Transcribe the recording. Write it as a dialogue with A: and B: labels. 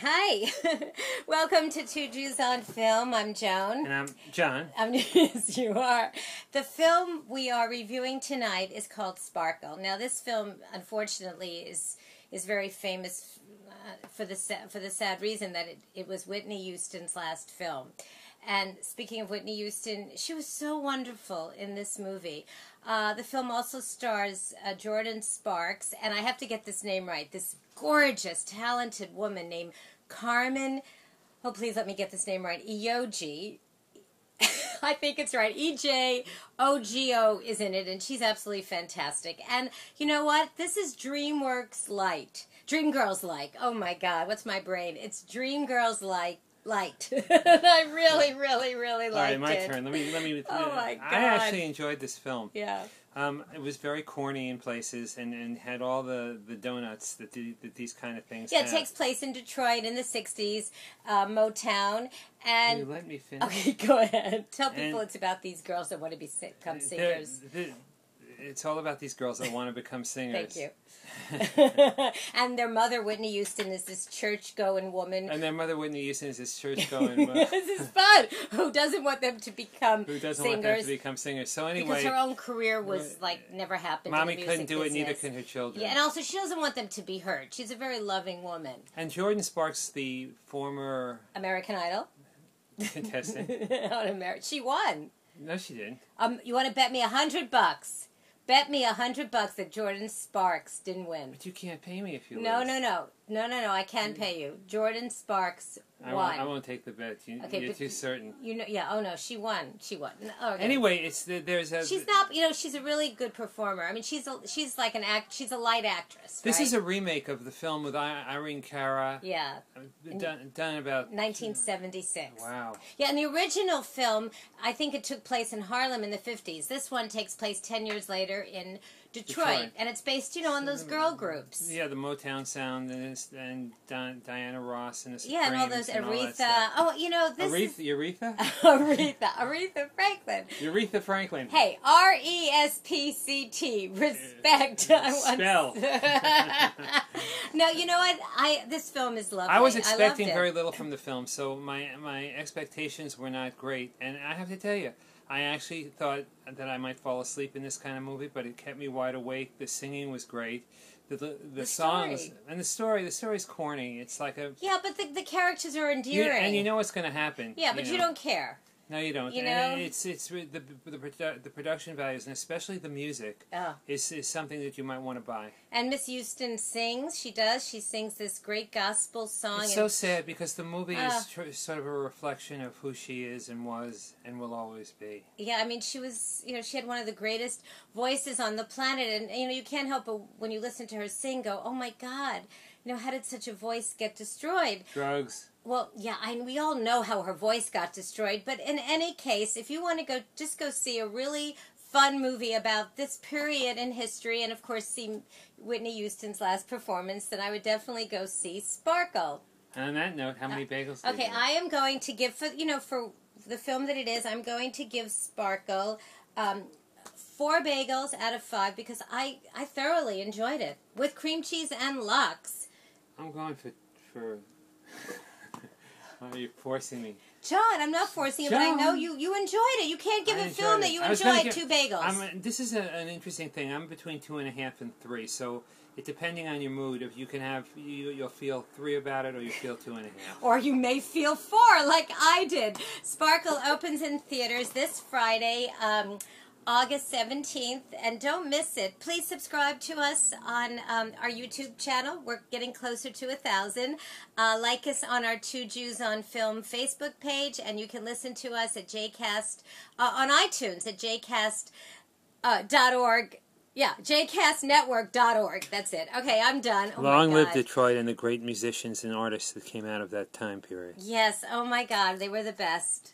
A: Hi, welcome to Two Jews on Film. I'm Joan.
B: And I'm John.
A: I'm, yes, you are. The film we are reviewing tonight is called Sparkle. Now, this film, unfortunately, is is very famous uh, for the sa- for the sad reason that it, it was Whitney Houston's last film. And speaking of Whitney Houston, she was so wonderful in this movie. Uh, the film also stars uh, Jordan Sparks, and I have to get this name right. This gorgeous, talented woman named Carmen. Oh, please let me get this name right. Eogi. I think it's right. E EJ OGO is in it, and she's absolutely fantastic. And you know what? This is DreamWorks Light. Dreamgirls Light. Oh my God, what's my brain? It's Dreamgirls Light. Light. I really, really, really
B: All
A: liked
B: right, my
A: it.
B: turn. Let me let me.
A: Oh my
B: I actually
A: God.
B: enjoyed this film.
A: Yeah.
B: Um, it was very corny in places, and, and had all the, the donuts that, the, that these kind of things.
A: Yeah, it
B: have.
A: takes place in Detroit in the 60s, uh, Motown.
B: Will you
A: And,
B: let me finish.
A: okay, go ahead. Tell people
B: And-
A: it's about these girls that want to be sitcom
B: They're-
A: singers.
B: they're- it's all about these girls that want to become
A: Thank
B: singers.
A: you. and their mother, Whitney Houston, is this church going woman.
B: And their mother Whitney Houston is this church going. well,
A: this is fun. Who doesn't want them to become
B: who doesn't
A: singers?
B: want them to become singers? So
A: because her
B: anyway,
A: own career was like never happened.
B: mommy
A: in the
B: couldn't
A: music
B: do it. Neither
A: business.
B: can her children.
A: Yeah, and also she doesn't want them to be hurt. She's a very loving woman.
B: and Jordan Sparks, the former
A: American Idol.
B: contestant.
A: On Amer- she won.
B: no, she didn't.
A: Um, you want to bet me a hundred bucks? Bet me a hundred bucks that Jordan Sparks didn't win.
B: But you can't pay me if you.
A: No,
B: lose.
A: no, no, no, no, no. I can pay you. Jordan Sparks
B: Mm. I
A: won.
B: won't, I won't take the bet. You,
A: Okay,
B: you're
A: but-
B: too certain.
A: You know, yeah. Oh no, she won. She won. No, Okay.
B: Anyway, it's the, there's a.
A: she's not. You know, she's a really good performer. I mean, she's a she's like an act. She's a light actress.
B: This
A: right?
B: is a remake of the film with I- Irene Cara.
A: yeah,
B: Done, done about.
A: 1976.
B: Wow.
A: Yeah, in the original film, I think it took place in Harlem in the 50s. This one takes place 10 years later in Detroit,
B: Detroit.
A: and it's based, you know, on those girl groups.
B: Yeah, the Motown sound and, it's- and Di- Diana Ross and the
A: Yeah, and all
B: Supremes
A: those
B: and all that
A: Aretha.
B: stuff.
A: oh, you know this
B: Aretha,
A: is
B: Aretha,
A: Aretha, Aretha Franklin.
B: Aretha Franklin.
A: Hey, R E S P C T, respect. I want-
B: Spell.
A: no, you know what? I this film is lovely.
B: I was
A: loved
B: expecting
A: it.
B: very little from the film, so my my expectations were not great. And I have to tell you, I actually thought that I might fall asleep in this kind of movie, but it kept me wide awake. The singing was great. The the, the,
A: The
B: songs
A: story.
B: and the story. The story's corny. It's like a
A: Yeah, but the, the characters are
B: you-
A: endearing.
B: and you know what's going to happen.
A: yeah, but you,
B: know?
A: don't care.
B: No, you don't.
A: you
B: And
A: know?
B: it's it's re- the the, produ- the production values and especially the music
A: Oh.
B: is is something that you might want to buy.
A: And Miss Houston sings. She does. She sings this great gospel song.
B: It's
A: and
B: so sad because the movie
A: Ah.
B: is tr- sort of a reflection of who she is and was and will always be.
A: Yeah, I mean, she was, you know, she had one of the greatest voices on the planet. And, you know, you can't help but when you listen to her sing, go, oh my God, you know, how did such a voice get destroyed?
B: Drugs.
A: Well, yeah, I we all know how her voice got destroyed. But in any case, if you want to go, just go see a really fun movie about this period in history and, of course, see Whitney Houston's last performance, then I would definitely go see Sparkle.
B: And on that note, how many bagels? do
A: Uh,
B: you
A: Okay,
B: have?
A: I am going to give for you know for the film that it is. I'm going to give Sparkle um, four bagels out of five because I I thoroughly enjoyed it with cream cheese and lox.
B: I'm going for for. Why are you forcing me?
A: John, I'm not forcing you, but I know
B: John.
A: you you enjoyed it. You can't give
B: I
A: a
B: enjoyed
A: film that
B: it.
A: you
B: I was gonna
A: enjoyed two
B: give-
A: bagels.
B: I'm, this is a, an interesting thing. I'm between two and a half and three, so it depending on your mood, if you can have you, you'll feel three about it, or you feel two and a half.
A: or you may feel four like I did. Sparkle opens in theaters this Friday, um, August 17th, and don't miss it. Please subscribe to us on um, our YouTube channel. We're getting closer to a thousand. Uh, like us on our Two Jews on Film Facebook page, and you can listen to us at JCast uh, on iTunes at JCast uh, dot org. Yeah, jcastnetwork.org. That's it. Okay, I'm done. Oh my
B: Long live
A: God.
B: Detroit and the great musicians and artists that came out of that time period.
A: Yes. Oh my God, they were the best.